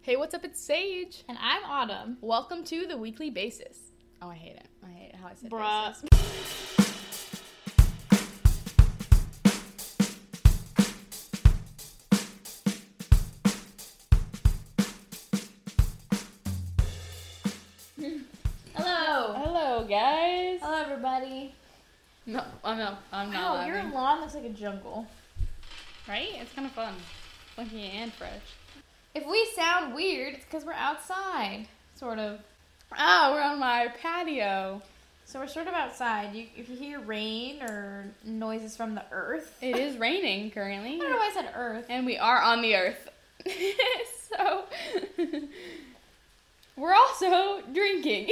Hey, what's up? It's Sage. And I'm Autumn. Welcome to the weekly basis. Oh, I hate it. I hate how I said Bruh. basis. Hello. Hello, guys. Hello, everybody. Uh, No, oh no, I'm not. Wow, your laughing. lawn looks like a jungle. right? It's kind of fun, funky and fresh. If we sound weird, it's because we're outside, sort of. Ah, we're on my patio. So we're sort of outside. You, if you hear rain or noises from the earth, It is raining I currently, don't know why I said earth. and we are on the earth. so we're also drinking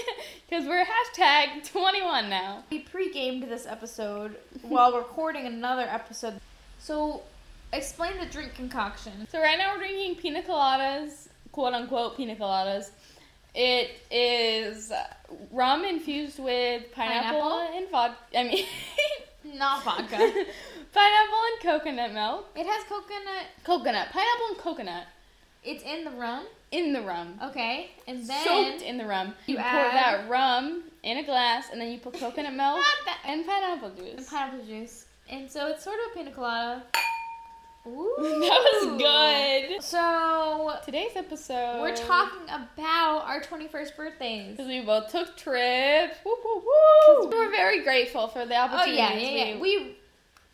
because we're hashtag 21 now. We pre-gamed this episode while recording another episode. So, explain the drink concoction. So right now we're drinking pina coladas, quote unquote pina coladas. It is rum infused with pineapple, Pineapple? and vodka. I mean, Not vodka. pineapple and coconut milk. it has coconut. Coconut, pineapple and coconut It's in the rum. in the rum. Okay, and then Soaked in the rum. You, you pour add- that rum in a glass, and then you put coconut milk Not that- and pineapple and juice. pineapple juice. And so it's sort of a pina colada. Ooh. that was good. So Today's episode. we're talking about our 21st birthdays. Because we both took trips. Woo, woo, woo. We're very grateful for the Oh opportunity. yeah, yeah, yeah. We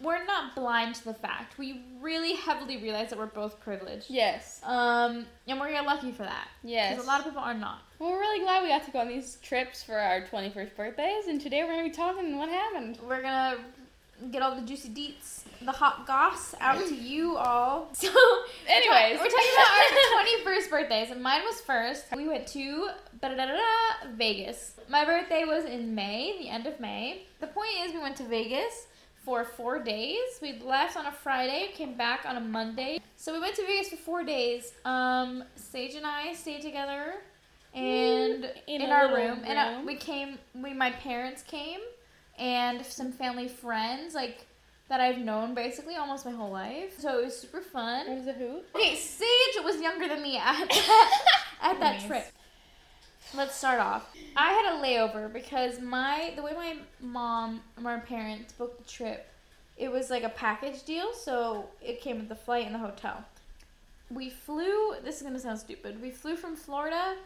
we're not blind to the fact. We really heavily realize that we're both privileged. yes, Um, and we're lucky for that. yes. Because a lot of people are not. We're really glad we got to go on these trips for our 21st birthdays, and today we're going to be talking what happened. We're gonna get all the juicy deets, the hot goss out to you all. So, Anyways. we're, talking about our 21st birthdays, and mine was first. We went to ba-da-da-da-da, Vegas. My birthday was in May, the end of May. The point is, we went to Vegas for four days. We left on a Friday, came back on a Monday. So we went to Vegas for four days. Um, Sage and I stayed together, and In in, a our little room, and uh, room. we came. We my parents came, and some family friends like that I've known basically almost my whole life. So it was super It fun. was a hoot. Okay, Sage was younger than me at that, at that Nice. trip. Let's start off. I had a layover because my the way my mom and my parents booked the trip, it was like a package deal, so it came with the flight and the hotel. We flew. This is gonna sound stupid. We flew from Florida,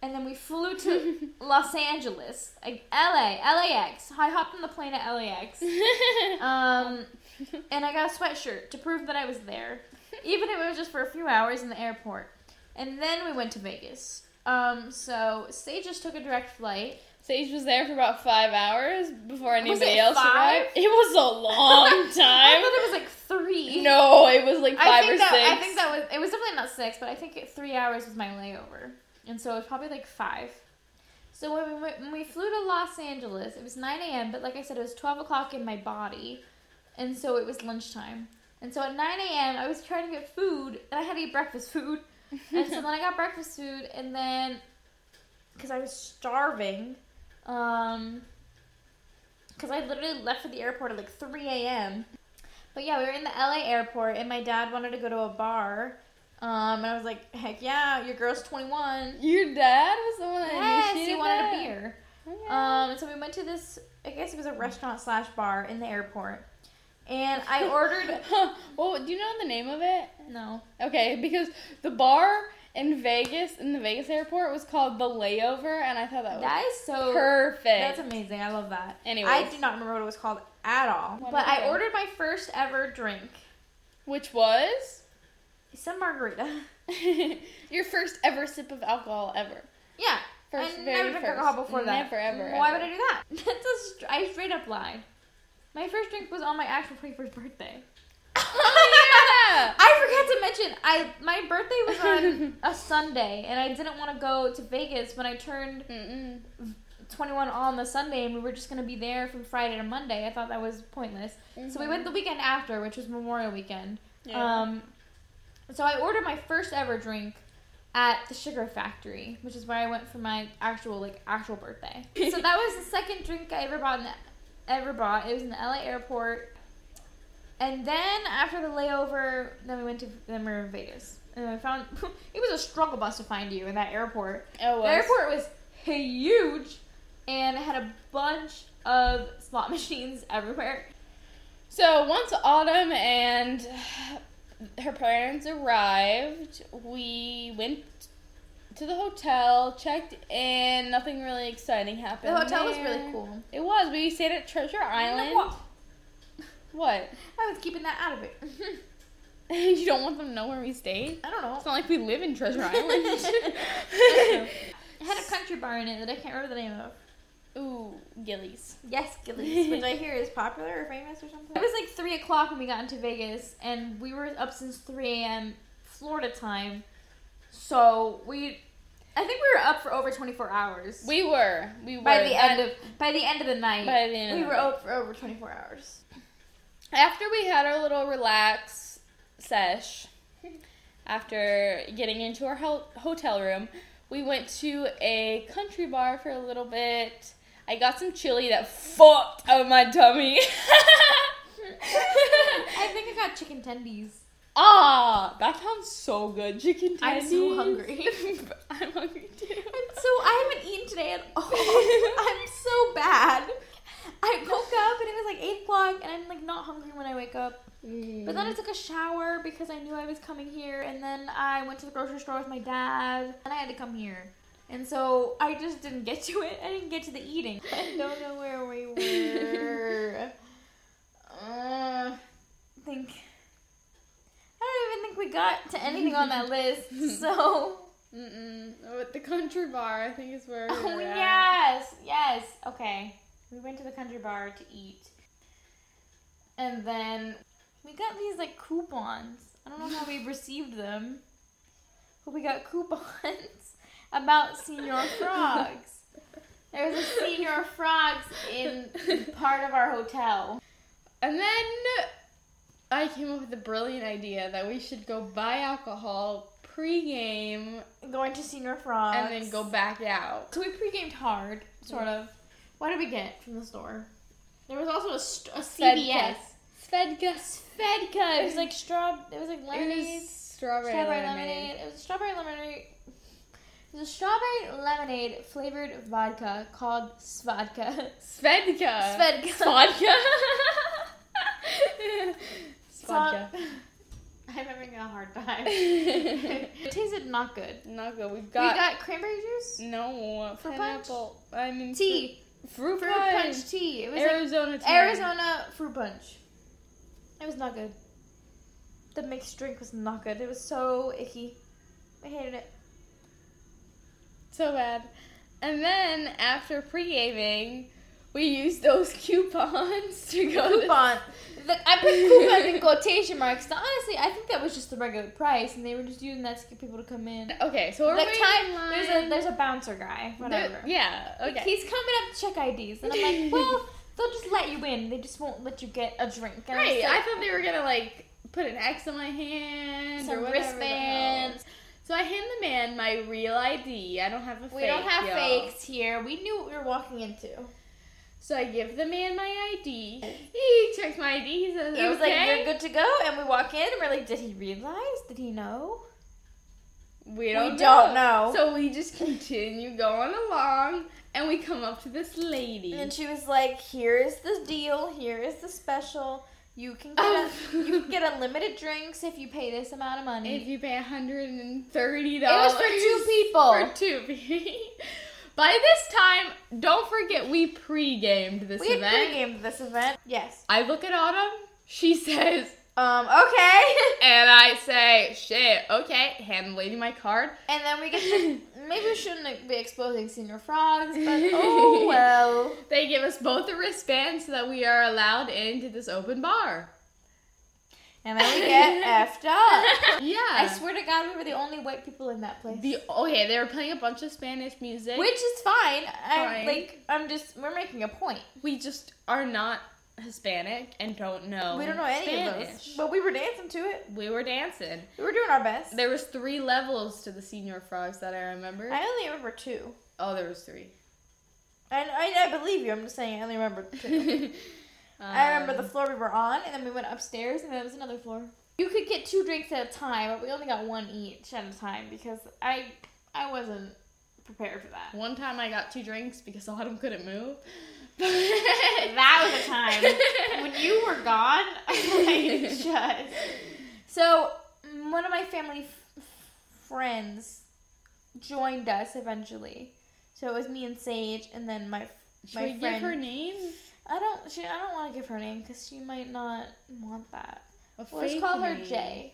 and then we flew to Los Angeles, like LA, LAX. I hopped on the plane at LAX. Um, and I got a sweatshirt to prove that I was there, even if it was just for a few hours in the airport. And then we went to Vegas. Um, so Sage just took a direct flight. Sage was there for about five hours before anybody it else five? arrived. It was a long I time. thought it was like three. no, it was like I five think or that six. I think that was it was definitely not six, but I think it, three hours was my layover, and so it was probably like five. So when we, went- when we flew to Los Angeles, it was nine a.m. But like I said, it was twelve o'clock in my body, and so it was lunchtime. And so at nine a.m., I was trying to get food, and I had to eat breakfast food. and so then I got breakfast food, and then because I was starving, um, because I literally left for the airport at like three a.m. But yeah, we were in the LA airport, and my dad wanted to go to a bar, um, and I was like, "Heck yeah, your girl's twenty-one. Your dad was the one that Yes, initiated he wanted that? a beer." Okay. Um, so we went to this. I guess it was a restaurant slash bar in the airport, and I ordered. well, do you know the name of it? no, Okay, because the bar in Vegas, in the Vegas airport, was called The Layover, and I thought that was that is so perfect. That's amazing. I love that. I Anyways. do not remember what it was called at all. What is But I it? ordered my first ever drink. Which was Some margarita. your first ever sip of alcohol ever. Yeah. First, I very never drank first. alcohol before that. Never, ever, Why ever. would I do that? That's a str- I straight up lied. My first drink was on my actual 21st birthday. Oh, I forgot to mention I my birthday was on a Sunday and I didn't want to go to Vegas when I turned yeah! Mm-mm. 21 on the Sunday and we were just going to be there from Friday to Monday. I thought that was pointless. So we went the weekend after, which was Memorial weekend. Yeah. Um, so I ordered my first ever drink at the Sugar Factory, which is where I went for my actual like actual birthday. so that was the second drink I ever bought. In the, ever bought. It was in the LA airport. And then after the layover, then we went to then we were in Vegas. And I found it was a struggle bus to find you in that airport. Oh, The airport was huge, and it had a bunch of slot machines everywhere. So once Autumn and her parents arrived, we went to the hotel, checked in. Nothing really exciting The happened. hotel was there. really cool. It was. We stayed at Treasure Island. You know what? What? I was keeping that out of it. you don't want them to know where we stayed? I don't know. It's not like we live in Treasure That's Island. true. It had a country bar in it that I can't remember the name of. Ooh, Gillies. Yes, Gillies, which I hear is popular or famous or something. It was like 3 o'clock when we got into Vegas, and we were up since 3 a.m. Florida time. So we, I think we were up for over 24 hours. We were. We were. by the That- end of by the end of the night, By the end of we the were night. up for over 24 hours. after we had our little relax sesh, after getting into our ho- hotel room, we went to a country bar for a little bit. I got some chili that fucked up my tummy. I think I got chicken tendies. ah, that sounds so good. Chicken tendies. I'm so hungry. I'm hungry too. I'm so I haven't eaten today at all. I'm so bad. I woke up and it was like eight o'clock, and I'm like not hungry when I wake up. But then I took a shower because I knew I was coming here, and then I went to the grocery store with my dad, and I had to come here. And so I just didn't get to it. I didn't get to the eating. I don't know where we were. Mm. uh, think. I don't even think we got to anything on that list. So. Mm-mm. Oh, at the country bar, I think is where. we Oh were at. yes, yes. Okay, we went to the country bar to eat, and then we got these like coupons. I don't know how we received them, but we got coupons about senior frogs. There was a senior frogs in part of our hotel. And then I came up with the brilliant idea that we should go buy alcohol pre-game Going to senior frogs, and then go back out. So we pre-gamed hard, sort of. What did we get from the store? There was also a, st- a CVS. Svedka. Fedka. It was like straw. It was like It lemonade. is strawberry, strawberry lemonade. lemonade. It was strawberry lemonade. It was a strawberry lemonade flavored vodka called Svodka. Svedka. Svedka. Vodka. Vodka. I'm having a hard time. it tasted not good. Not good. We've we got, got cranberry juice, no Fruit pineapple. I mean tea, Fruit, fruit punch. punch tea. It was like Arizona tea. Arizona fruit punch. It was not good. The mixed drink was not good. It was so icky. I hated it. So bad. And then after pre-gaming, we used those coupons to go. to- coupon. The- I put coupon in quotation marks. Now, honestly, I think that was just the regular price, and they were just using that to get people to come in. Okay, so we're Like, waiting time, in there's line. a there's a bouncer guy, whatever. There- yeah. Okay. He's coming up to check IDs, and I'm like, well, they'll just let you in. They just won't let you get a drink. And I'm right. just I like, thought they were gonna like put an X on my hand or some whatever the hell. wristbands. So I hand the man my real ID. I don't have a fake. We don't have y'all. fakes here. We knew what we were walking into. So I give the man my ID. He checks my ID. He says, Oh. He was like, "Okay." "You're good to go," and we walk in, and we're like, "Did he realize? Did he know?" We don't, don't know. So we just continue going along, and we come up to this lady. And she was like, "Here's the deal. Here is the special. You can get Oh. un- you can get unlimited drinks if you pay this amount of money." If you pay hundred and thirty it dollars, was for two people. For two people. By this time, don't forget we pre-gamed this We had event. pre-gamed this event. Yes. I look at Autumn. She says, Um. Okay. and I say, "Shit, okay." Hand the lady my card. and then we get to, maybe we shouldn't be exposing senior frogs, but oh well. They give us both a wristband so that we are allowed into this open bar. And then we get effed up. Yeah, I swear to God, we were the only white people in that place. The okay, they were playing a bunch of Spanish music. which is fine. Fine. I'm like, I'm just, we're making a point. we just are not Hispanic and don't know. We don't know any of those, Spanish. but we were dancing to it. We were dancing. We were doing our best. There was three levels to the senior frogs that I remember. I only remember two. oh, there was three. I, I, I believe you. I'm just saying I only Um, remember two. I remember the floor we were on, and then we went upstairs, and then it was another floor. You could get two drinks at a time, but we only got one each at a time because I I wasn't prepared for that. One time I got two drinks because Autumn couldn't move. that was a time when you were gone. I just so mm, one of my family f- friends joined us eventually. So it was me and Sage, and then my Should my we friend. give her name? I don't. She, I don't want to give her name because she might not want that. A Well, let's fake call her name. Jay.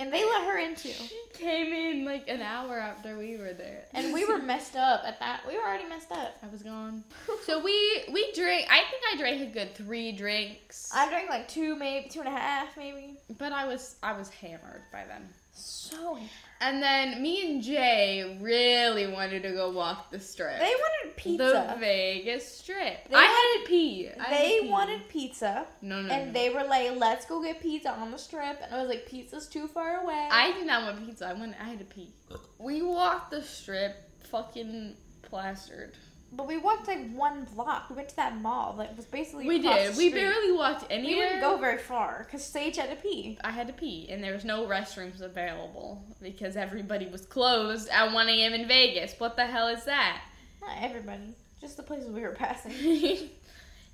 And they let her in too. she came in like an hour after we were there, And we were messed up at that. We were already messed up. I was gone. So we we drank. I think I drank a good three drinks, I drank like two, maybe two and a half, maybe. but I was I was hammered by then. So And then me and Jay really wanted to go walk the strip. they wanted The pizza. Vegas Strip. They- I had to pee. I had they to pee. wanted pizza, no, no, no, and no. they were like, "Let's go get pizza on the strip." And I was like, "Pizza's too far away." I did not want pizza. I went. I had to pee. We walked the strip, fucking plastered. but we walked like one block. We went to that mall that was basically We across did. the We street. barely walked anywhere. We wouldn't go very far because Sage had to pee. I had to pee, and there was no restrooms available because everybody was closed at 1 a.m. in Vegas. What the hell is that? Not everybody, just the places we were passing.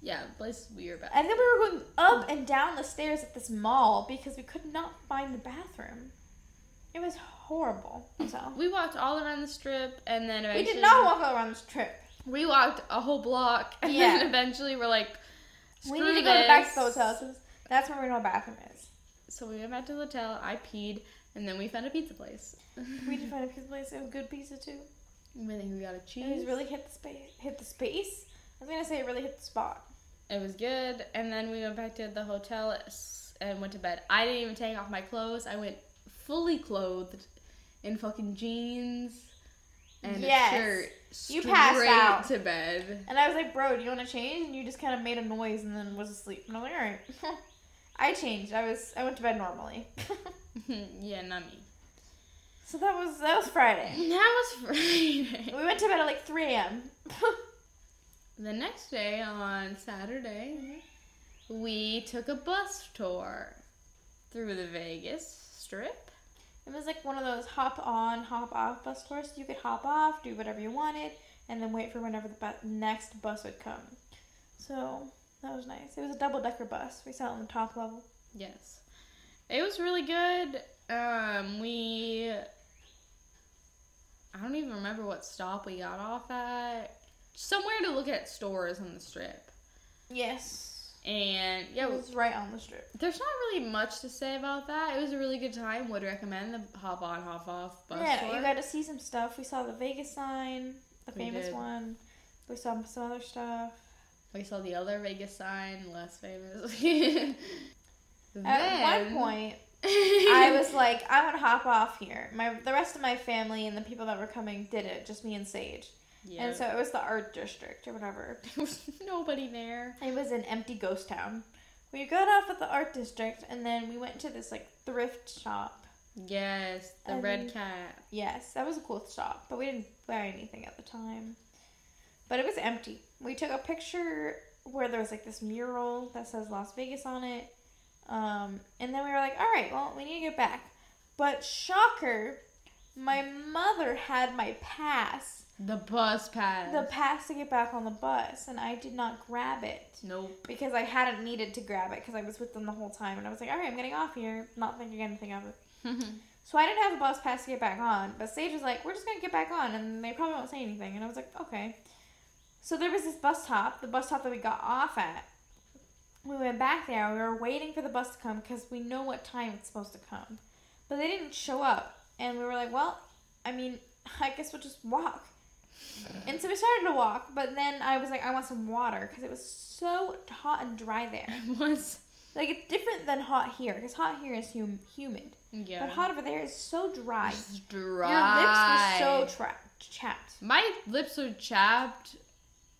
yeah, place we were back. And then we were going up and down the stairs at this mall because we could not find the bathroom. It was horrible. So We walked all around the strip, and then we eventually did not walk around this trip. We walked a whole block, and Yeah. then eventually we're like, We "Screw need to go to back to this." those houses. That's where we know a bathroom is. So we went back to the hotel. I peed, and then we found a pizza place. We did find a pizza place. It was good pizza too. I think we got a cheese. It was really hit the space. Hit the space. I was gonna say it really hit the spot. It was good. And then we went back to the hotel s- and went to bed. I didn't even take off my clothes. I went fully clothed in fucking jeans and Yes. a shirt. You passed straight out. to bed. And I was like, "Bro, do you want to change?" And you just kind of made a noise and then was asleep. And I was like, "All right." I changed. I was. I went to bed normally. yeah, not me. so that was that was Friday. And that was Friday. We went to bed at like 3 a.m. The next day on Saturday, we took a bus tour through the Vegas Strip. it was like one of those hop on, hop off bus tours. You could hop off, do whatever you wanted, and then wait for whenever the bu- next bus would come. So that was nice. It was a double decker bus. We sat on the top level. Yes. It was really good. Um, we. I don't even remember what stop we got off at. Somewhere to look at stores on the strip. Yes. And yeah, It was right on the strip. there's not really much to say about that. It was a really good time. Would recommend the hop on, hop off bus yeah, tour. you got to see some stuff. We saw the Vegas sign, the We famous did. one. We saw some other stuff. we saw the other Vegas sign, less famous. At Then- one point, I was like, I'm gonna hop off here. My the rest of my family and the people that were coming did it, just me and Sage. Yeah. And so it was the art district or whatever. there was nobody there. It was an empty ghost town. We got off at the art district and then we went to this like thrift shop. Yes, the And- red cat. Yes, that was a cool shop, but we didn't buy anything at the time. But it was empty. We took a picture where there was like this mural that says Las Vegas on it. Um, and then we were like, all right, well, we need to get back. But shocker, my mother had my pass, The bus pass. the pass to get back on the bus, and I did not grab it Nope. because I hadn't needed to grab it because I was with them the whole time, and I was like, all right, I'm getting off here, not thinking anything of it. So I didn't have a bus pass to get back on, but Sage was like, we're just gonna get back on, and they probably won't say anything, and I was like, okay. So there was this bus stop, the bus stop that we got off at. We went back there, we were waiting for the bus to come because we know what time it's supposed to come, but they didn't show up, and we were like, well, I mean, I guess we'll just walk. And so we started to walk, but then I was like, I want some water because it was so hot and dry there. It was. Like it's different than hot here because hot here is hum- humid, Yeah. but hot over there is so dry. It's Your dry. lips were so tra- chapped. My lips were chapped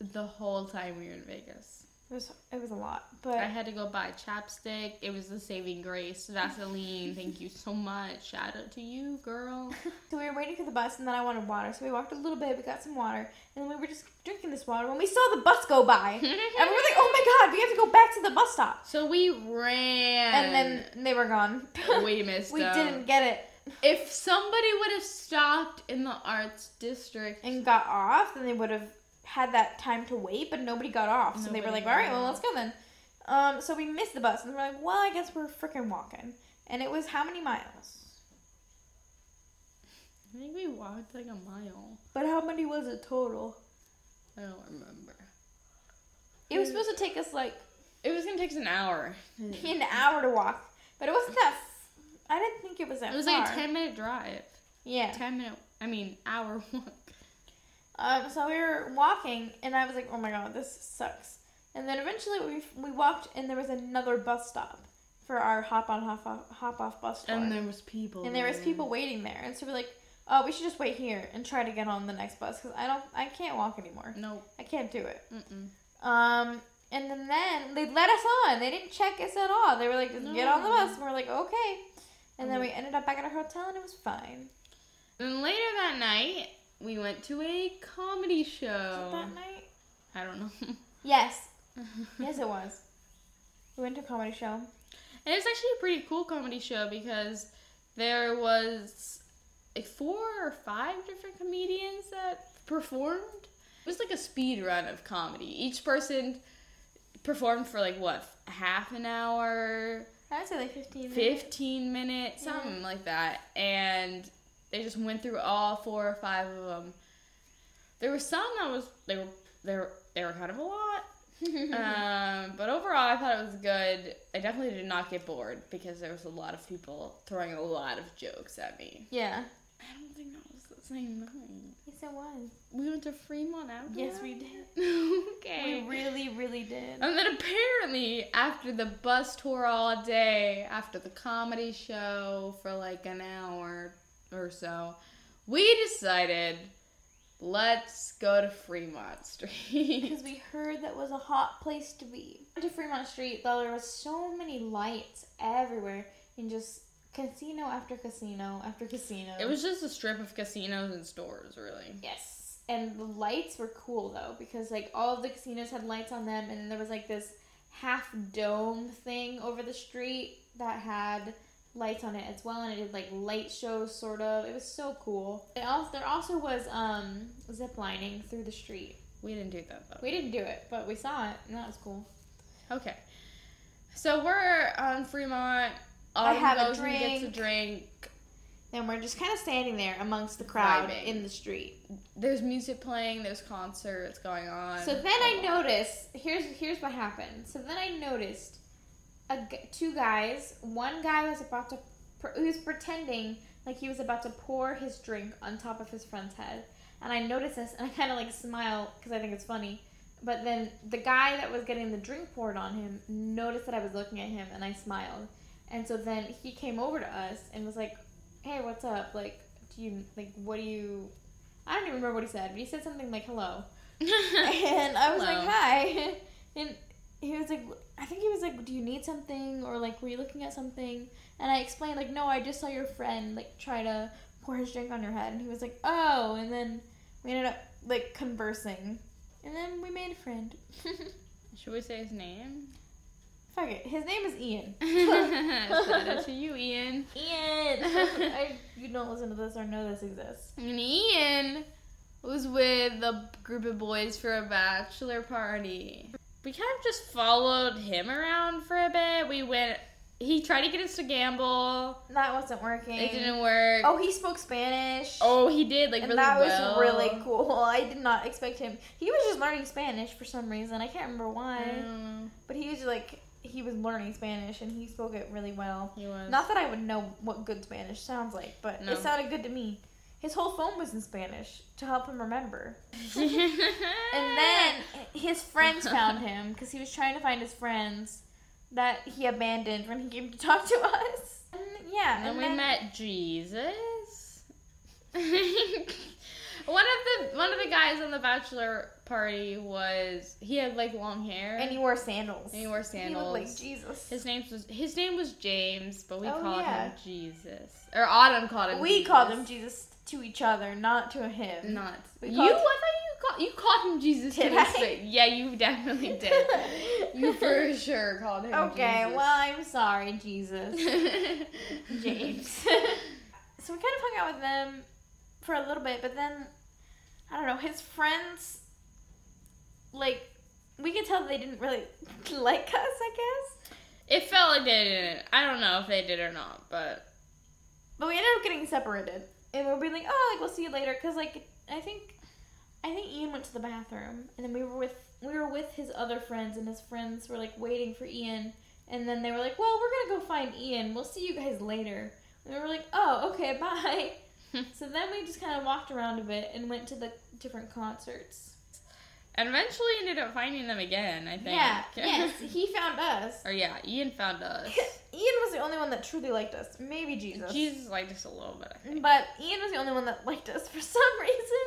the whole time we were in Vegas. It was it was a lot, but I had to go buy chapstick. It was the saving grace. Vaseline. Thank you so much. Shout out to you, girl. so we were waiting for the bus, and then I wanted water, so we walked a little bit. We got some water, and then we were just drinking this water when we saw the bus go by, and we were like, "Oh my god, we have to go back to the bus stop!" So we ran. And then they were gone. we missed. we out. didn't get it If somebody would have stopped in the arts district, and got off, then they would have had that time to wait, but nobody got off, so they were Nobody like, "All right, got well, off. let's go then." Um, so we missed the bus, and we're like, "Well, I guess we're freaking walking," and it was how many miles? I think we walked like a mile. But how many was it total? I don't remember. It was supposed to take us like It was gonna take us an hour. It an hour to walk, but it wasn't that. F- I didn't think it was that. was like a far. ten minute drive. Yeah. Ten minute. I mean, hour walk. Um. So we were walking, and I was like, "Oh my god, this sucks." And then eventually we we walked, and there was another bus stop for our hop on hop off hop off bus stop. And there was people. and there was people waiting there, and so we're like, "Oh, we should just wait here and try to get on the next bus because I don't I can't walk anymore. No. I can't do it." Mm-mm. Um, and then, then they let us on. They didn't check us at all. They were like, just get on the bus. And we're like, okay. And then we ended up back at our hotel and it was fine. Then later that night, we went to a comedy Was it show. that night? I don't know. and Yes. yes, it was. We went to a comedy show. it was actually a pretty cool comedy show because there was like four or five different comedians that performed. It was like a speed run of comedy. Each person performed for like what half an hour, I would say like 15 minutes. 15 minutes, something like that. And they just went through all four or five of them. There were some that was they were they were they were kind of a lot. um, but overall, I thought it was good. I definitely did not get bored because there was a lot of people throwing a lot of jokes at me. Yeah. I don't think that was the same night. Yes, it was. We went to Fremont after. Yes, that? we did. okay. We really, really did. And then apparently, after the bus tour all day, after the comedy show for like an hour or so, we decided let's go to Fremont Street. Because we heard that was a hot place to be. To Fremont Street, though, there was so many lights everywhere, and just casino after casino after casino. it was just a strip of casinos and stores, really. yes, and the lights were cool though, because like all of the casinos had lights on them, and there was like this half dome thing over the street that had lights on it as well, and it did like light shows sort of. It was so cool. It also there also was um zip lining through the street. We didn't do that though. We didn't do it, but we saw it, and that was cool. Okay. So we're on Fremont. Autumn have a goes and gets a drink. drink. And we're just kind of standing there amongst the crowd Vibing. in the street. There's music playing. There's concerts going on. So then I noticed. Here's here's what happened. So then I noticed a g- two guys. One guy was about to. pr- He was pretending like he was about to pour his drink on top of his friend's head. And I noticed this, and I kind of like smile because I think it's funny. But then the guy that was getting the drink poured on him noticed that I was looking at him, and I smiled. And so then he came over to us and was like, "Hey, what's up? Like, do you like what do you?" I don't even remember what he said, but he said something like "hello." and I was like, Hello. "Hi," and he was like, "I think he was like, do you need something or like were you looking at something?" And I explained like, "No, I just saw your friend like try to pour his drink on your head," and he was like, "Oh," and then we ended up like conversing, and then we made a friend. Should we say his name? Fuck it, his name is Ian. Shout out to you, Ian. Ian, I, you don't listen to this or know this exists. And Ian was with a group of boys for a bachelor party. We kind of just followed him around for a bit. We went. He tried to get us to gamble. That wasn't working. It didn't work. Oh, he spoke Spanish. Oh, he did like and really that was well. really cool. I did not expect him. He was just learning Spanish for some reason. I can't remember why, I don't know. but he was like he was learning Spanish and he spoke it really well. He was. Not that I would know what good Spanish sounds like, but No. it sounded good to me. His whole phone was in Spanish to help him remember. Ah. And then his friends found him because he was trying to find his friends that he abandoned when he came to talk to us. And yeah, And then and we then- met Jesus. One of the the one of the guys on the bachelor party was he had like long hair And he wore sandals. and he wore He sandals. looked like Jesus. his name was his name was James, but we Oh, called him yeah. Jesus. Or Autumn called him. we Jesus. called him Jesus to each other, not to him. Not We you. I called- thought you called you called him Jesus. to Did his I? face. Yeah, you definitely did. you for sure called him. okay, Jesus. well, I'm sorry, Jesus. James. so we kind of hung out with them for a little bit, but then I don't know, his friends like we could tell they didn't really like us, I guess. it felt like they didn't. I don't know if they did or not, but But we ended up getting separated. And we'll be like, "Oh, like we'll see you later" cuz like I think I think Ian went to the bathroom and then we were with we were with his other friends and his friends were like waiting for Ian and then they were like, "Well, we're going to go find Ian. We'll see you guys later." And we were like, "Oh, okay, bye." so then we just kind of walked around a bit and went to the different concerts. and eventually ended up finding them again. I think. Yeah, yes, he found us. or yeah, Ian found us. Ian was the only one that truly liked us. Maybe Jesus. Jesus liked us a little bit. I think. But Ian was the only one that liked us for some reason.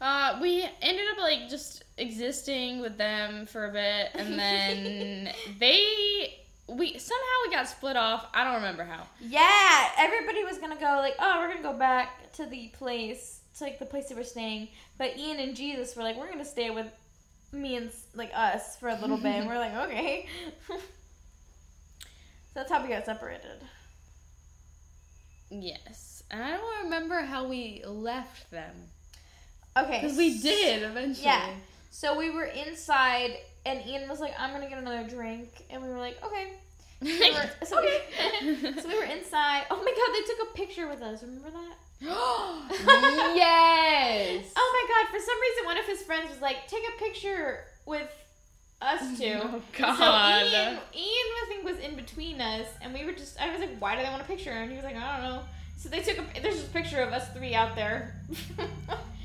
Uh, we ended up like just existing with them for a bit, and then they we somehow we got split off. I don't remember how. Yeah, everybody was gonna go like, oh, we're gonna go back to the place, to like the place they were staying. But Ian and Jesus were like, we're gonna stay with me and s- like us for a little bit. And we're like, okay. so that's how we got separated. Yes, and I don't remember how we left them Okay, because we did eventually. Yeah. So we were inside, and Ian was like, I'm gonna get another drink, and we were like, okay. We were- so, we, so we were inside. Oh my god, they took a picture with us. Remember that? yes. Oh my god, for some reason, one of his friends was like, take a picture with us two. Oh So God. Ian, Ian, I think, was in between us, and we were just, I was like, why do they want a picture? And he was like, I don't know. So they took a, there's just a picture of us three out there.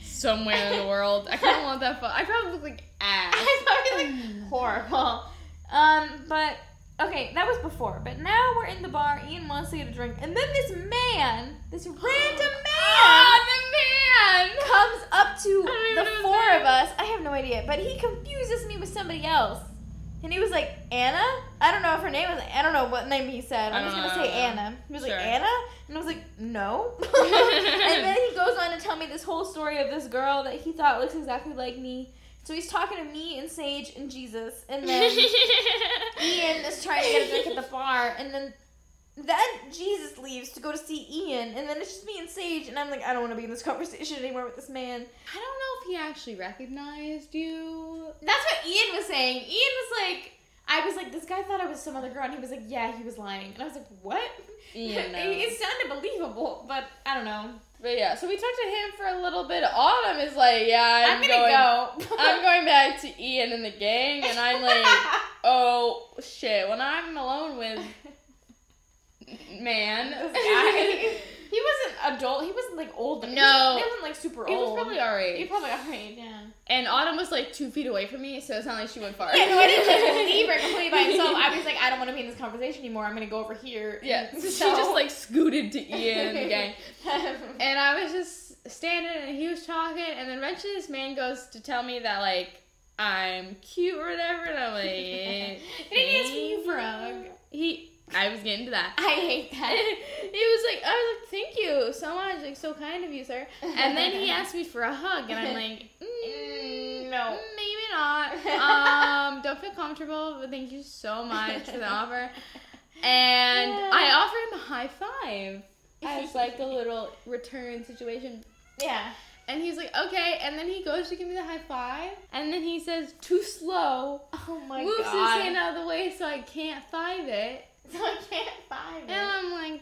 Somewhere in the world, I kind of want that. Photo. I probably look like ass. I thought it was like horrible. Um, but okay, that was before. But now we're in the bar. Ian wants to get a drink, and then this man, this random man, Ah, the man. comes up to don't even the know his four name. of us. I have no idea, but he confuses me with somebody else. And he was like, Anna? I don't know if her name was, I don't know what name he said. I'm I just don't going to know, say I don't know. Anna. He was Uh, Sure. like, Anna? And I was like, no. and then he goes on to tell me this whole story of this girl that he thought looks exactly like me. So he's talking to me and Sage and Jesus. And then Ian is trying to get a drink at the bar. And then then Jesus leaves to go to see Ian. And then it's just me and Sage. And I'm like, I don't want to be in this conversation anymore with this man. I don't know if he actually recognized you. That's what Ian was saying. Ian was like, I was like, this guy thought I was some other girl, and he was like, yeah, he was lying. And I was like, what? Ian, no. it sounded believable, but I don't know. But yeah, so we talked to him for a little bit. Autumn is like, yeah, I'm, I'm, gonna going. go. I'm going back to Ian and the gang, and I'm like, oh shit. When I'm alone with man, This guy. he wasn't adult. He wasn't like old. He No. wasn't- he wasn't like super He old. was probably our He age. probably alright. Yeah. and Autumn was like two feet away from me, so it's not like she went far. Yeah, no, I didn't like, leave her completely by himself. I was like, I don't want to be in this conversation anymore. I'm gonna go over here. Yeah, And so she just like scooted to Ian and the gang. And I was just standing and he was talking, and then eventually this man goes to tell me that, like, I'm cute or whatever, and I'm like, eh, Did he ask you for a thank hug? He, I was getting to that. I hate he that. was like, I was like, thank you so much, like, so kind of you, sir. And then he asked me for a hug, and I'm like, mm, no. Maybe not. Um, don't feel comfortable, but thank you so much for the offer. And I offered him a high five as like a little return situation. Yeah. And he's like, okay. And then he goes to give me the high five. And then he says, too slow. Oh my moves god. his hand out of the way so I can't five it. So I can't find And I'm like,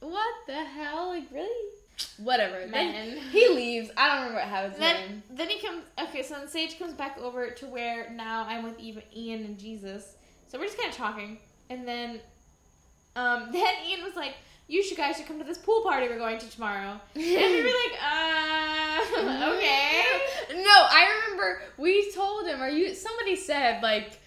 what the hell? Like, really? Whatever. Then Man. he leaves. I don't remember what happens to Then, him. then he comes. Okay, so then Sage comes back over to where now I'm with Eve, Ian and Jesus. So we're just kind of talking, and then, um, then Ian was like, "You should guys should come to this pool party we're going to tomorrow." And we were like, "Uh, okay." No, I remember we told him, or you, somebody said, like,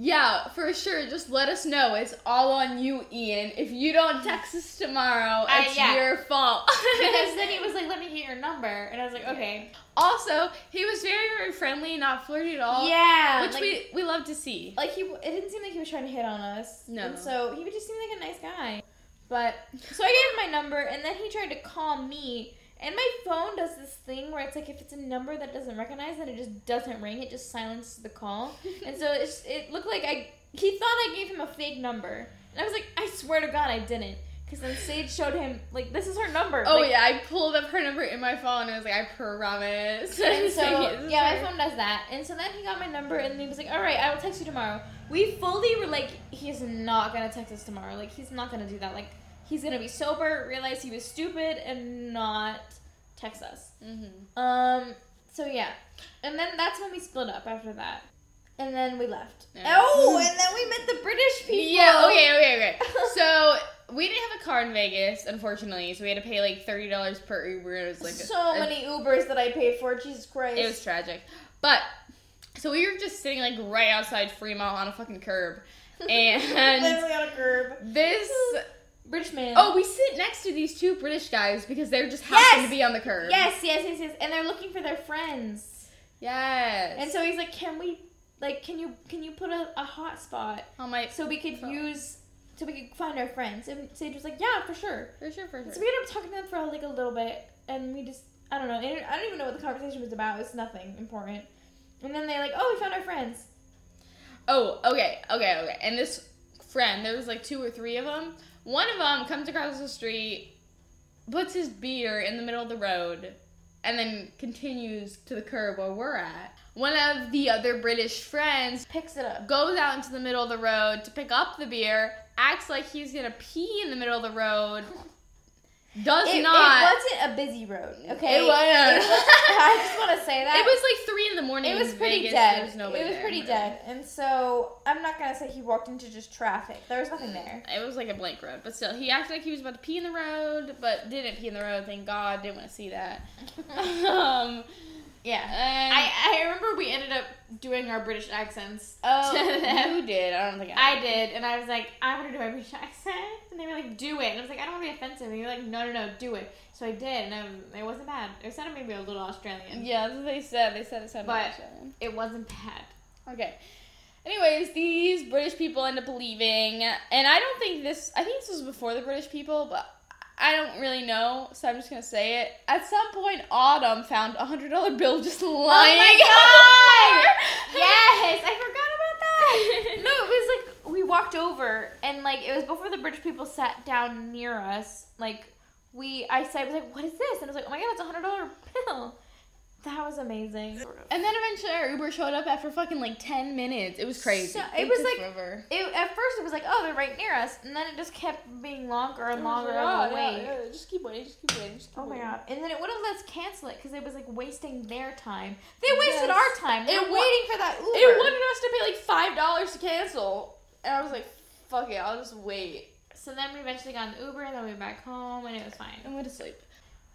yeah, for sure, just let us know. It's all on you, Ian. If you don't text us tomorrow, Uh, it's yeah. your fault. No, because then he was like, "Let me get your number," and I was like, "Okay." Also, he was very, very friendly, not flirty at all. Yeah, Which like, we, we love to see. like he. It didn't seem like he was trying to hit on us. No. And so he just seemed like a nice guy. But so I gave him my number, and then he tried to call me. And my phone does this thing where it's like if it's a number that doesn't recognize, then it just doesn't ring. It just silences the call. And so it's, it looked like I. He thought I gave him a fake number, and I was like, I swear to God, I didn't. Because then Sage showed him like this is her number. Oh Like, yeah, I pulled up her number in my phone and I was like, I promise. And so This is yeah, her. my phone does that. And so then he got my number and he was like, "All right, I will text you tomorrow." We fully were like, "He's not gonna text us tomorrow. Like he's not gonna do that. Like he's gonna be sober, realize he was stupid, and not text us." Mhm. Um. So yeah, and then that's when we split up after that, and then we left. Yeah. Oh, and then we met the British people. Yeah. Okay. Okay. Okay. so we didn't have a car in Vegas, unfortunately, so we had to pay like thirty dollars per Uber. It was like a- so a- many Ubers that I paid for. Jesus Christ. It was tragic, but so we were just sitting like right outside Fremont on a fucking curb, and literally on a curb. this. British man. Oh, we sit next to these two British guys because they're just happened Yes! to be on the curb. Yes, yes, yes, yes. And they're looking for their friends. Yes. And so he's like, "Can we, like, can you, can you put a, a hotspot oh my. so we could Phone. use, so we could find our friends?" And Sage was like, "Yeah, for sure." For sure. For sure. So we ended up talking to them for like a little bit, and we just, I don't know, and I don't even know what the conversation was about. It's nothing important. And then they like, "Oh, we found our friends." Oh, okay, okay, okay. And this friend, there was like two or three of them. One of them comes across the street, puts his beer in the middle of the road, and then continues to the curb where we're at. One of the other British friends Picks it up. goes out into the middle of the road to pick up the beer, acts like he's gonna pee in the middle of the road, does It, not. it wasn't a busy road, okay? It wasn't. It was- I just want to say that It was like three in the morning. It was in pretty Vegas, dead. There was nobody it was there. pretty dead, and so I'm not gonna say he walked into just traffic. There was nothing there. It was like a blank road, but still, he acted like he was about to pee in the road, but didn't pee in the road. Thank God, didn't want to see that. um, yeah. and I, I remember we ended up doing our British accents. to them. you did. I don't think I. oh, I did, and I was like, I want to do my British accent, and they were like, do it, and I was like, I don't want to be offensive, and you were like, no, no, no, do it. So I did, and um, it wasn't bad. It sounded maybe a little Australian. Yeah, that's what they said. They said it sounded But- like Australian. It wasn't bad. Okay. Anyways, these British people end up leaving, and I don't think this. I think this was before the British people, but I don't really know, so I'm just gonna say it. At some point, Autumn found a hundred dollar bill just Oh lying. God! on the floor. Yes, I forgot about that. No, it was like we walked over and like it was before the British people sat down near us. Like we, I said, I was like, "What is this?" And I was like, "Oh my god, it's a hundred dollar bill." That was amazing. And then eventually our Uber showed up after fucking like 10 minutes. It was crazy. So- it was took like- forever. It, at first, it was like, "Oh, they're right near us," and then it just kept being longer and longer "Oh, of a wait. Just keep waiting, just keep waiting. Just keep Oh my waiting. god! And then it wouldn't let us cancel it because it was like wasting their time. They wasted Yes. our time. They It were wa- waiting for that Uber. It wanted us to pay like five dollars to cancel. And I was like, fuck it, I'll just wait. So then we eventually got an Uber and then we went back home and it was fine. I'm going to sleep.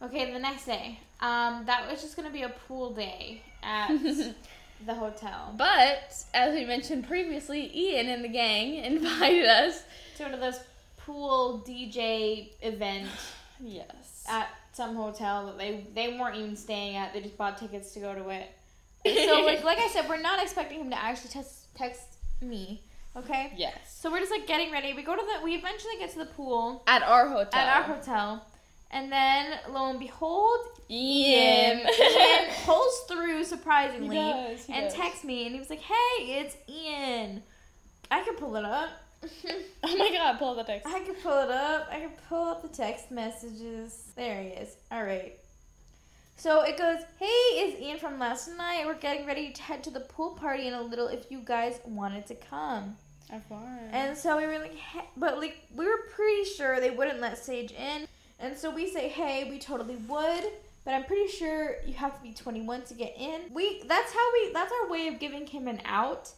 Okay, the next day. Um, that was just gonna be a pool day at the hotel. But as we mentioned previously, Ian and the gang invited us. To one of those pool DJ event Yes. at some hotel that they they weren't even staying at. They just bought tickets to go to it. So like like I said, we're not expecting him to actually text text me. Okay. yes. So we're just like getting ready. We go to the we eventually get to the pool At our hotel. at our hotel, and then lo and behold, Ian. Ian pulls through He surprisingly does, he and does. texts me, and he was like, "Hey, it's Ian. I can pull it up. oh my god, pull the text. I can pull it up. I can pull up the text messages. There he is. All right." So it goes, hey, it's Ian from last night. We're getting ready to head to the pool party in a little if you guys wanted to come. And so we were like, "Hey," but like, we were pretty sure they wouldn't let Sage in. And so we say, hey, we totally would. But I'm pretty sure you have to be 21 to get in. We that's how we that's our way of giving him an out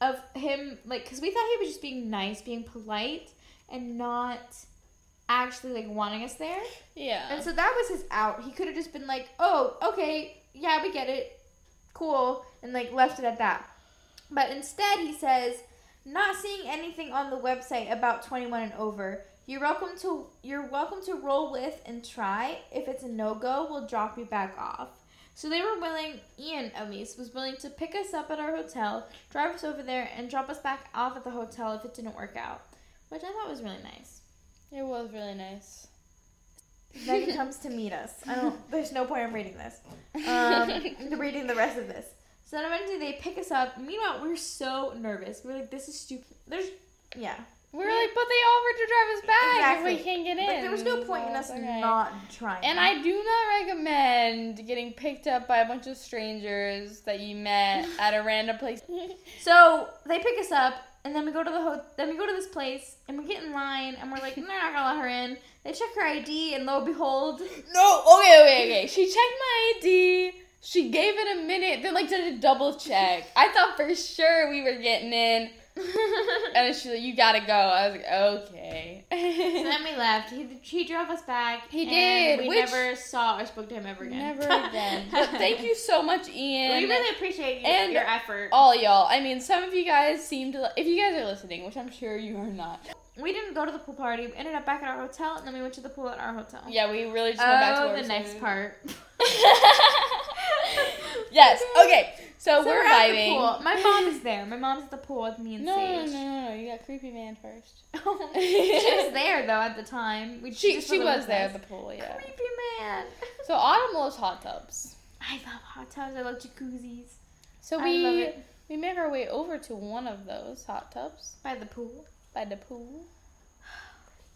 of him like cuz we thought he was just being nice, being polite and not actually like wanting us there. yeah. And so that was his out. He could have just been like, "Oh, okay, yeah, we get it, cool," and like left it at that. But instead, he says, "Not seeing anything on the website about 21 and over. You're welcome to you're welcome to roll with and try. If it's a no go, we'll drop you back off. So they were willing. Ian at least was willing to pick us up at our hotel, drive us over there, and drop us back off at the hotel if it didn't work out, which I thought was really nice. It was really nice. Then he comes to meet us. I don't. There's no point in reading this. Um, reading the rest of this. So then eventually they pick us up. Meanwhile, we're so nervous. We're like, this is stupid. There's yeah. We're like, but they offered to drive us back if Exactly. we can't get in. But there was no point in Well, us okay. not trying. And I do not recommend getting picked up by a bunch of strangers that you met at a random place. So they pick us up, and then we go to the ho- then we go to this place, and we get in line, and we're like, they're not gonna let her in. They check her ID, and lo and behold, No, okay, okay, okay. She checked my ID. She gave it a minute, then like did a double check. I thought for sure we were getting in, and then she's like, "You gotta go." I was like, "Okay." So then we left. He, he drove us back. He and did, We which- never saw or spoke to him ever again. Never again. But thank you so much, Ian. we really appreciate you, and your effort. all y'all. I mean, some of you guys seem to. If you guys are listening, which I'm sure you are not. we didn't go to the pool party. We ended up back at our hotel, and then we went to the pool at our hotel. Yeah, we really just went back to Oh, what we were the next saying. part. yes. Okay. So, So we're, we're at the vibing. pool. My mom is there. My mom's at the pool with me and No, no, Sage. no, no, no. You got creepy man first. she was there though at the time. We She just she wasn't was there at with the pool. us. Yeah. Creepy man. So Autumn loves hot tubs. I love hot tubs. I love jacuzzis So I we love it. we make our way over to one of those hot tubs by the pool. by the pool,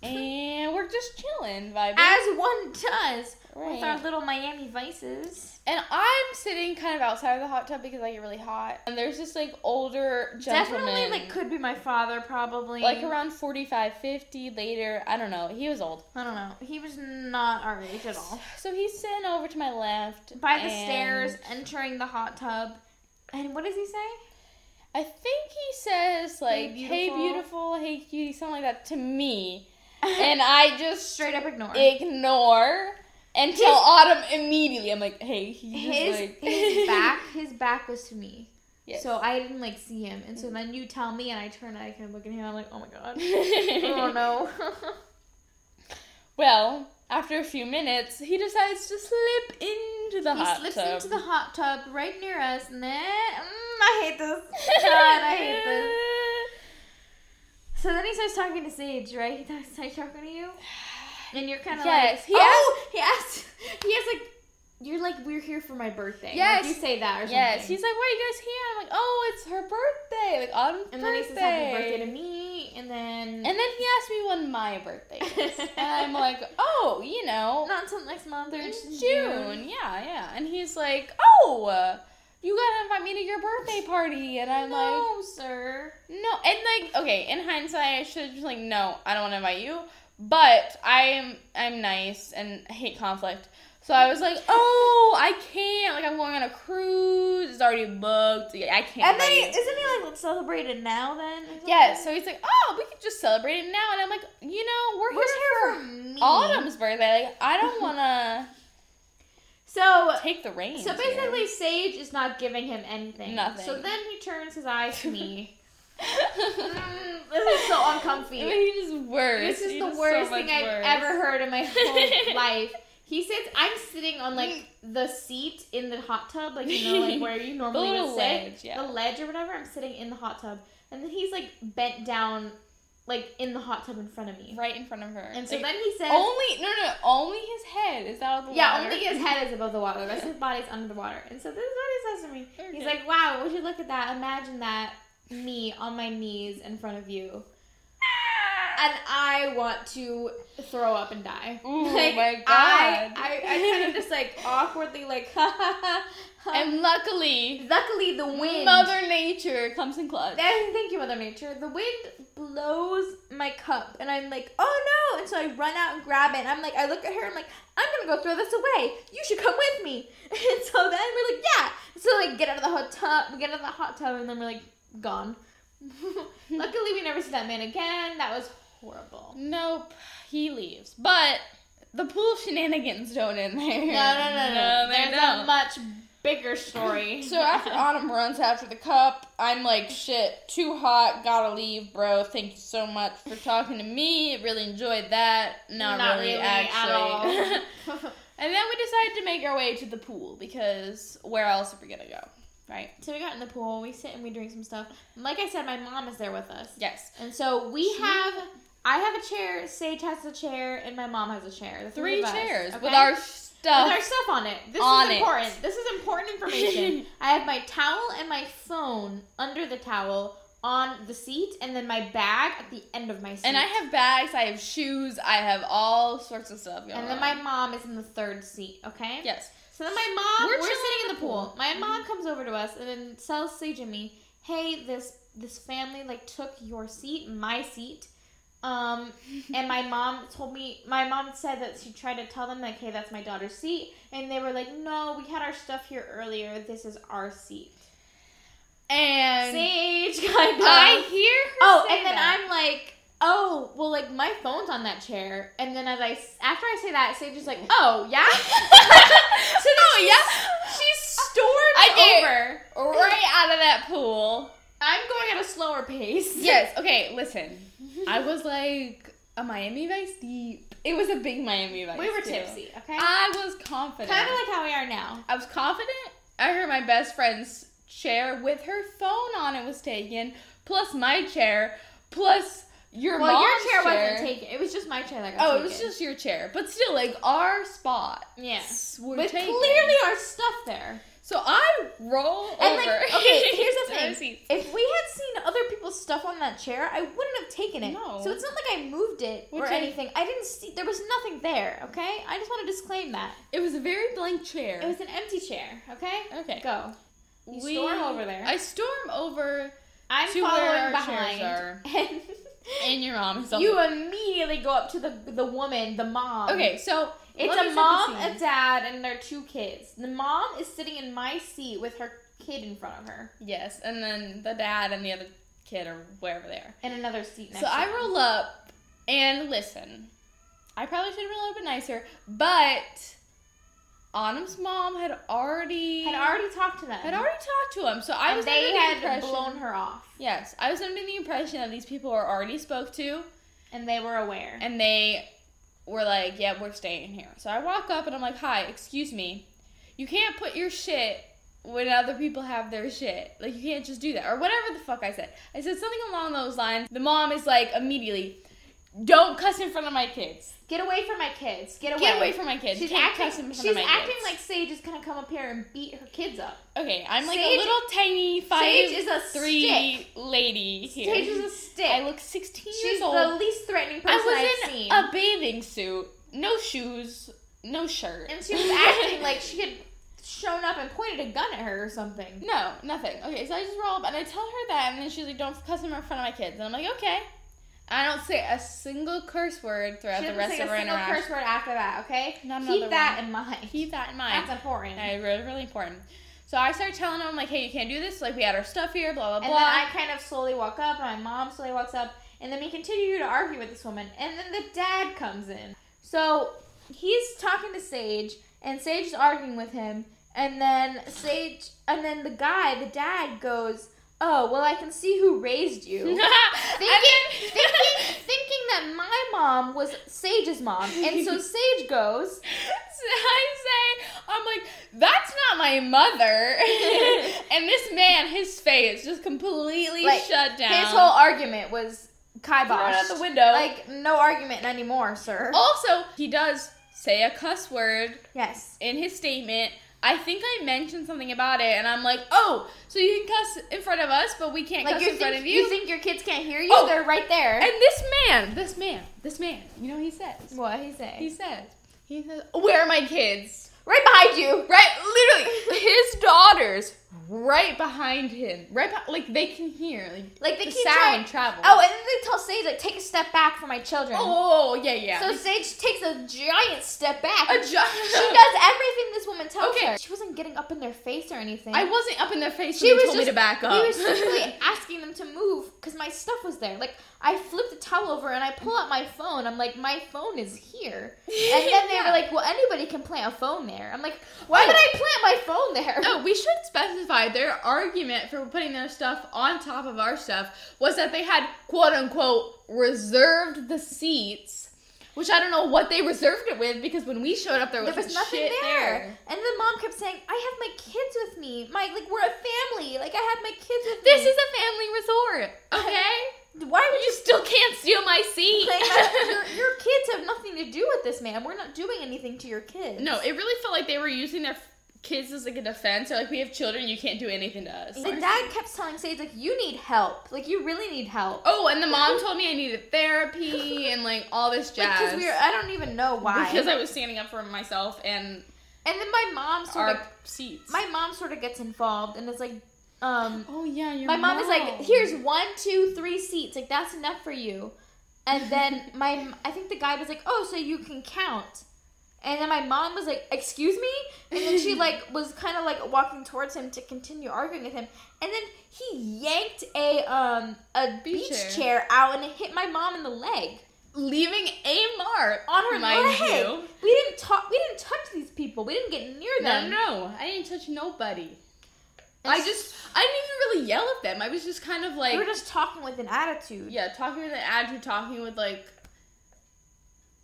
and we're just chilling, vibing. As one does with our Right. little Miami Vices. And I'm sitting kind of outside of the hot tub because I get really hot. And there's this like older gentleman, Definitely, like could be my father probably. like around 45, 50 later. I don't know. He was old. I don't know. He was not our age at all. So he's sitting over to my left By the and stairs, entering the hot tub, and what does he say? I think he says like, "Hey, beautiful." beautiful. Hey, cutie," something like that to me, and I just Straight up ignore. ignore until autumn immediately. I'm like, "Hey, he's his like his back his back was to me. Yes. So I didn't like see him, and so then you tell me, and I turn, and I kind of look at him. I'm like, oh my god. oh no. Well, after a few minutes, he decides to slip into the he hot slips tub. into the hot tub right near us, and then mm, I hate this. God, I hate this. So then he starts talking to Sage, right? He starts starts talking to you, and you're kind of Yes, like, he oh, he asked, he asked like, you're like, we're here for my birthday. Like, Yes. you say that or something. Yes, he's like, "Why are you guys here?" I'm like, "Oh, it's her birthday, like Autumn's and then birthday." he says happy birthday to me, and then And then he asked me when my birthday is. and I'm like, oh, you know, not until next month or in just in June. Yeah, yeah. And he's like, oh, uh, you gotta invite me to your birthday party. And I'm no, sir. like, no. And like, okay, in hindsight, I should have just like, no, I don't want to invite you. But I'm I'm nice and I hate conflict. So I was like, oh, I can't. Like I'm going on a cruise. It's already booked. I can't. And invite then he, you." isn't he like let's celebrate it now then? or Yeah, something? so he's like, oh, we could just celebrate it now. And I'm like, you know, we're, we're here, here for me. for Autumn's birthday. Like, I don't want to So take the reins. so here. basically, Sage is not giving him anything. Nothing. So then he turns his eyes to me. Mm, this is so uncomfy. I mean, he's just worse. This is He's the just worst so thing much I've worse. ever heard in my whole life. He sits. I'm sitting on like Mm. the seat in the hot tub, like you know, like where you normally would little sit, ledge, yeah. the ledge or whatever. I'm sitting in the hot tub, and then he's like bent down, like in the hot tub in front of me. Right in front of her. And so Like, then he says, only, no, no, no, only his head is out of the "Yeah, water. only his head is above the water. The rest of his body's under the water." And so this is what he says to me. He's Okay. like, "Wow, would you look at that? Imagine that me on my knees in front of you." And I want to throw up and die. Ooh, like, my I, God. I, I kind of just like awkwardly like, ha ha ha. ha. And luckily, luckily the wind. Mother Nature comes in clutch. Thank thank you, Mother Nature. The wind blows my cup, and I'm like, oh no! And so I run out and grab it. And I'm like, I look at her. I'm like, I'm gonna go throw this away. You should come with me. And so then we're like, yeah. So like, get out of the hot tub. We get out of the hot tub, and then we're like, gone. Luckily, we never see that man again. That was horrible. Nope, he leaves. But the pool shenanigans don't end there. No, no, no, no. they There's don't. a much bigger story. So after Autumn runs after the cup, I'm like, shit, too hot, gotta leave, bro. Thank you so much for talking to me. Really enjoyed that. Not, really, actually. at all. and then we decide to make our way to the pool because where else are we gonna go? Right? so we got in the pool. We sit and we drink some stuff. And like I said, my mom is there with us. Yes. And so we She- have. I have a chair. Sage has a chair, and my mom has a chair. The Three of us, chairs with okay? our with our stuff. stuff on it. This On is it. important. This is important information. I have my towel and my phone under the towel on the seat, and then my bag at the end of my seat. And I have bags, I have shoes, I have all sorts of stuff going And then on. my mom is in the third seat. Okay. Yes. So then my mom, We're we're, chilling sitting in the pool. My Mhm. mom comes over to us and then tells Sage and me, "Hey, this this family like took your seat, my seat." Um, and my mom told me, my mom said that she tried to tell them like, "Hey, that's my daughter's seat," and they were like, "No, we had our stuff here earlier. This is our seat." And Sage, kind of. I hear her. Oh, say and then that. I'm like, oh, well, like my phone's on that chair. And then as I after I say that, Sage is like, oh yeah. so no, yeah, she's stormed I did. over. right out of that pool. I'm going at a slower pace. Yes. Okay. Listen, I was like a Miami Vice deep. It was a big Miami Vice. we were too. tipsy. Okay, I was confident. kind of Um, like how we are now. I was confident after my best friend's chair with her phone on it was taken, plus my chair, plus your well, your mom's chair, wasn't taken. It was just my chair that got Oh, taken. it was just your chair, but still, like our spot. yeah. Were With taken. clearly our stuff there. So I roll And over. like, okay, here's the Our thing. seats. If we had seen other people's stuff on that chair, I wouldn't have taken it. No. So it's not like I moved it or Which I- anything. I didn't see there was nothing there, okay? I just want to disclaim that. It was a very blank chair. It was an empty chair, okay? okay. Go. You storm over there. I storm over, I'm To where our following behind. chairs And and your mom is also. you immediately go up to the the woman, the mom. okay, so It's let me set a the mom, scene. a dad, and their two kids. The mom is sitting in my seat with her kid in front of her. yes, and then the dad and the other kid or wherever they are. And another seat next so to I them. roll up and listen. I probably should have been a little bit nicer, but Autumn's mom had already had already talked to them. had already talked to him. So I And was under they the had impression blown her off, yes, I was under the impression that these people were already spoke to. and they were aware. and they were like, "Yeah, we're staying here." So I walk up and I'm like, "Hi, excuse me, you can't put your shit when other people have their shit. Like you can't just do that or whatever the fuck I said. I said something along those lines. The mom is like immediately, "Don't cuss in front of my kids. Get away from my kids. Get away. Get away from my kids. She's You can't cuss in acting. front She's of my acting kids." like Sage is gonna come up here and beat her kids up. okay, I'm like a Sage- little tiny five Sage is a three stick. lady here. Sage is a stick. I look 16 She's years old. the least threatening I person I was have in seen. a bathing suit, no shoes, no shirt, and she was acting like she had shown up and pointed a gun at her or something. no nothing. Okay, so I just roll up and I tell her that, and then she's like, "Don't cuss in front of my kids," and I'm like, "Okay." I don't say a single curse word throughout she the doesn't rest say of a our single interaction. curse word after that. Okay. Not another Keep that in mind. Keep that in mind. That's important. That is really, really important. So I start telling them like, "Hey, you can't do this. Like, we had our stuff here. Blah blah And blah." then I kind of slowly walk up, and my mom slowly walks up, and then we continue to argue with this woman, and then the dad comes in. So he's talking to Sage, and Sage's arguing with him, and then Sage, and then the guy, the dad, goes, "Oh, well, I can see who raised you." Thinking, thinking, thinking that my mom was Sage's mom, and so Sage goes, So I say, I'm like, that's not my mother. and this man, his face just completely Like, shut down. his whole argument was Thrown out kiboshed. the window. Oh. Like no argument anymore, sir. also, he does say a cuss word Yes. in his statement. I think I mentioned something about it, and I'm like, oh, so you can cuss in front of us, but we can't Like cuss you in think, front of you? you. think your kids can't hear you? Oh. They're right there. and this man, this man, this man, you know what he says? what he say? He says, he says, where are my kids? right behind you. Right, literally, his daughters right behind him. Right, beh- like they can hear, like, Like they the keep sound trying. travel. Oh, and then they tell Sage like, take a step back for my children. oh, yeah, yeah. So Sage takes a giant step back. a giant. she does everything this woman home and touch Okay. her. She wasn't getting up in their face or anything. I wasn't up in their face. She She when was they told just- me to back up. He was simply asking them to move because my stuff was there. Like I flipped the towel over and I pull out my phone. I'm like, my phone is here. And then they were Yeah. like, well, anybody can plant a phone there. I'm like, why would I plant my phone there? Oh. No, we should specify their argument for putting their stuff on top of our stuff was that they had quote unquote reserved the seats, which I don't know what they reserved it with because when we showed up there was, There was nothing shit there. there. And the mom kept saying, I have my kids with me. My like we're a family. Like I had my kids with This me. is a family resort, okay? why would you still can't steal my seat. you like, your, your kids have nothing to do with this, ma'am. We're not doing anything to your kids. no, it really felt like they were using their f- kids as like a defense. Or like we have children, you can't do anything to us. The dad kept telling Sage, like, you need help. Like, you really need help. Oh, and the mom told me I needed therapy and like all this jazz. Because we were, I don't even know why. because I was standing up for myself and and then my mom sort of, our seats. my mom sort of gets involved and is like, um, oh yeah, your my mom, is like, here's one, two, three seats. Like, that's enough for you. And then my, I think the guy was like, oh, so you can count. And then my mom was like, excuse me? And then she, like, was kind of, like, walking towards him to continue arguing with him. And then he yanked a, um, a beach, Beach chair. chair. out and it hit my mom in the leg. leaving a mark On her mind leg. You. We didn't talk, we didn't touch these people. We didn't get near No, no, them. no, I didn't touch nobody. And I just, I didn't even really yell at them. I was just kind of like, we were just talking with an attitude, yeah, talking with an attitude, talking with like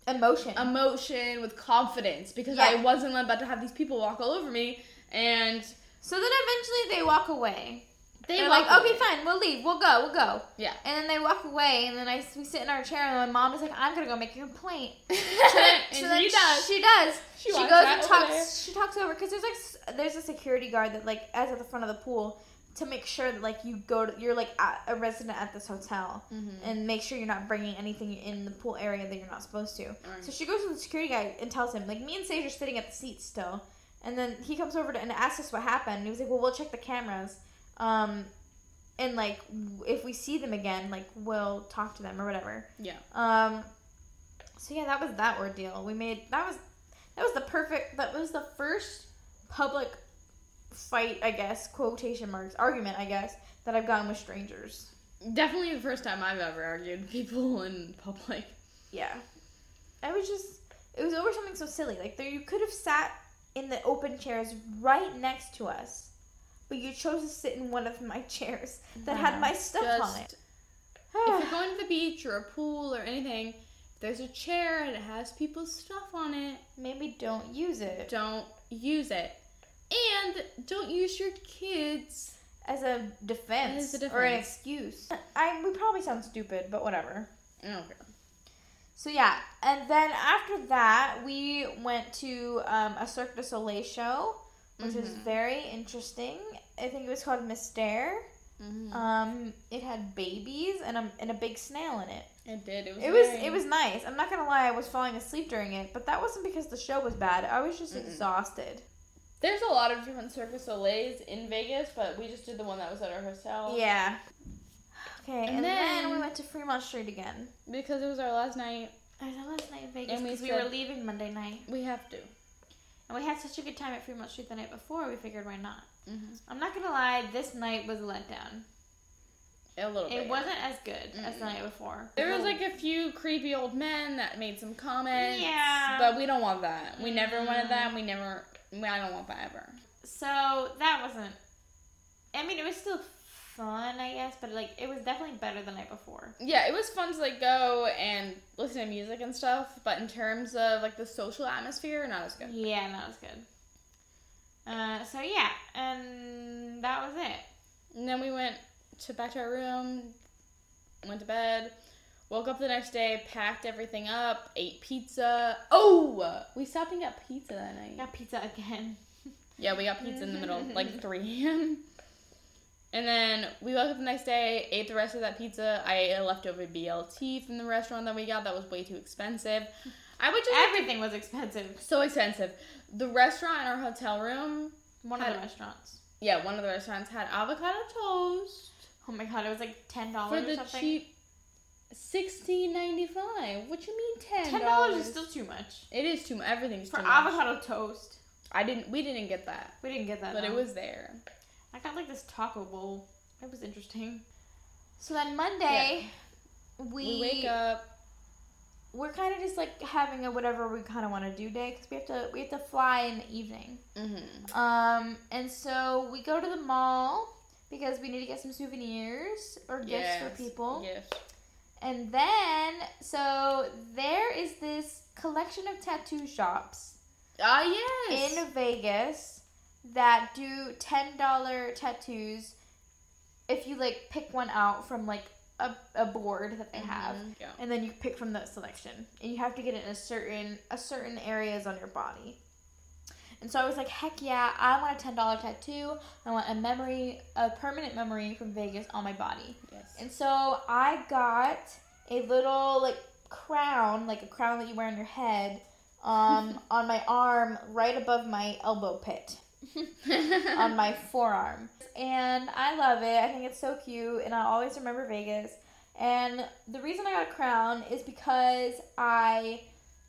emotion. Um, emotion, with confidence, because Yeah. I wasn't about to have these people walk all over me. And so then eventually they walk away. they They are walk like, okay, away. fine, we'll leave, we'll go, we'll go. Yeah. And then they walk away, and then I we sit in our chair, and my mom is like, I'm gonna go make a complaint. So then, and so then he does. She does. She, She walks goes and right over talks. She talks over because there's like s- there's a security guard that like as at the front of the pool to make sure that like you go to you're like at, a resident at this hotel Mm-hmm. and make sure you're not bringing anything in the pool area that you're not supposed to. So she goes to the security guy and tells him, like, me and Sage are sitting at the seat still. And then he comes over to, and asks us what happened. And he was like, well, we'll check the cameras. Um, and, like, w- if we see them again, like, we'll talk to them or whatever. Yeah. Um, so, yeah, that was that ordeal. We made, that was, that was the perfect, that was the first public fight, I guess, quotation marks, argument, I guess, that I've gotten with strangers. Definitely the first time I've ever argued with people in public. Yeah. I was just it was over something so silly. Like there you could have sat in the open chairs right next to us, but you chose to sit in one of my chairs that had my stuff on it. Just if you're going to the beach or a pool or anything, if there's a chair and it has people's stuff on it, Maybe don't use it don't use it. And don't use your kids. as a defense, As a or an defense. excuse. I we probably sound stupid, but whatever. I don't So yeah, and then after that we went to um, a Cirque du Soleil show, which was Mhm. very interesting. I think it was called Mystère. care. Um, it had babies and a and a big snail in it. It did. It was. It was very- it was nice. I'm not gonna lie, I was falling asleep during it, but that wasn't because the show was bad. I was just Mm-mm. exhausted. There's a lot of different Cirque du Soleils in Vegas, but we just did the one that was at our hotel. Yeah. Okay, Oh. and, And then, then- we went to Fremont Street again. Because it was our last night. I was last night in Vegas And we because we, said- were leaving Monday night, We have to. and we had such a good time at Fremont Street the night before. We figured why not? Mhm. I'm not gonna lie, this night was a letdown. A little bit. It wasn't as good as the Mm-mm. night before. There was like a few creepy old men that made some comments. Yeah. But we don't want that. We never Mm. wanted that. We never. I don't want that ever. So that wasn't. I mean, it was still fun, I guess, but like it was definitely better the night before. Yeah, it was fun to like go and listen to music and stuff, but in terms of like the social atmosphere, not as good. Yeah, and that was good. Uh, so yeah, and that was it. And then we went to back to our room, went to bed, woke up the next day, packed everything up, ate pizza. Oh, we stopped and got pizza that night. Got pizza again. Yeah, we got pizza in the middle, like 3 a.m. And then we woke up the next day, ate the rest of that pizza. I ate a leftover BLT from the restaurant that we got that was way too expensive. I would just Everything was expensive. so expensive. The restaurant in our hotel room, One of the Had- restaurants. yeah, one of the restaurants had avocado toast Oh my god, it was like ten for dollars or the something. cheap sixteen ninety five. What you mean ten? ten dollars is still too much It is too much. Everything's for too much. avocado toast. I didn't. We didn't get that, We didn't get that. but it no. was there. I got like this taco bowl. That was interesting. So then Monday, we, We, wake up. We're kind of just like having a whatever we kind of want to do day because we have to we have to fly in the evening. Mm-hmm. Um, and so we go to the mall because we need to get some souvenirs or gifts for people. Yes. And then so there is this collection of tattoo shops Ah yes. in Vegas that do ten dollar tattoos if you like pick one out from like a, a board that they have Mhm. Yeah. and then you pick from that selection and you have to get it in a certain a certain areas on your body and so i was like heck yeah i want a $10 tattoo i want a memory a permanent memory from vegas on my body Yes. and so I got a little like crown, like a crown that you wear on your head, um, on my arm, right above my elbow pit, on my forearm. And I love it. I think it's so cute, and I always remember Vegas. And the reason I got a crown is because I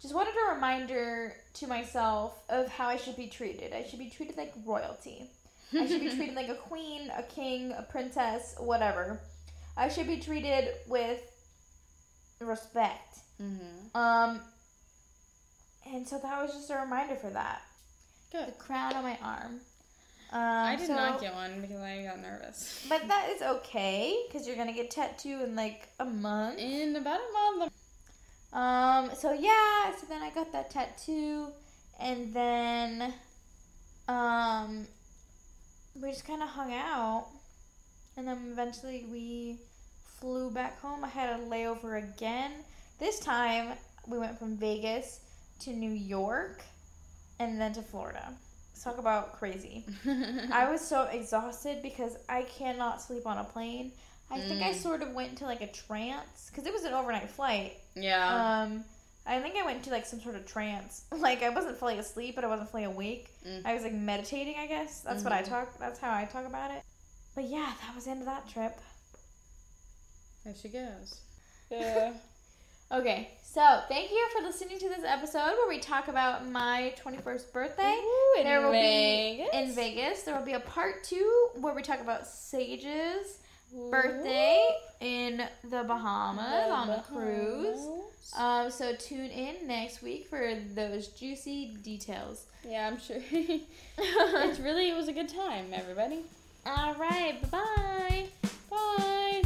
just wanted a reminder to myself of how I should be treated. I should be treated like royalty. I should be treated like a queen, a king, a princess, whatever. I should be treated with respect. mm-hmm. Um, and so that was just a reminder for that. Good. The crown on my arm. Um, I did so- not get one because I got nervous. But that is okay because you're gonna get tattooed in like a month. in about a month, Um, so yeah, so then I got that tattoo, and then, um, we just kind of hung out, and then eventually we flew back home. I had a layover again. This time we went from Vegas to New York, and then to Florida. Let's talk about crazy. I was so exhausted because I cannot sleep on a plane. I think I Mm. sort of went into like a trance because it was an overnight flight. yeah. Um, I think I went into like some sort of trance. Like I wasn't fully asleep, but I wasn't fully awake. Mm. I was like meditating. I guess that's what I Mhm. talk. That's how I talk about it. But yeah, that was the end of that trip. there she goes. Yeah. Okay, so thank you for listening to this episode where we talk about my 21st birthday Ooh, in There will be- Vegas. in Vegas. There will be a part two where we talk about Sage's birthday in the Bahamas The on a cruise. Bahamas. Um, so tune in next week for those juicy details. yeah, I'm sure. it's really it was a good time, everybody. All right, bye bye. Bye.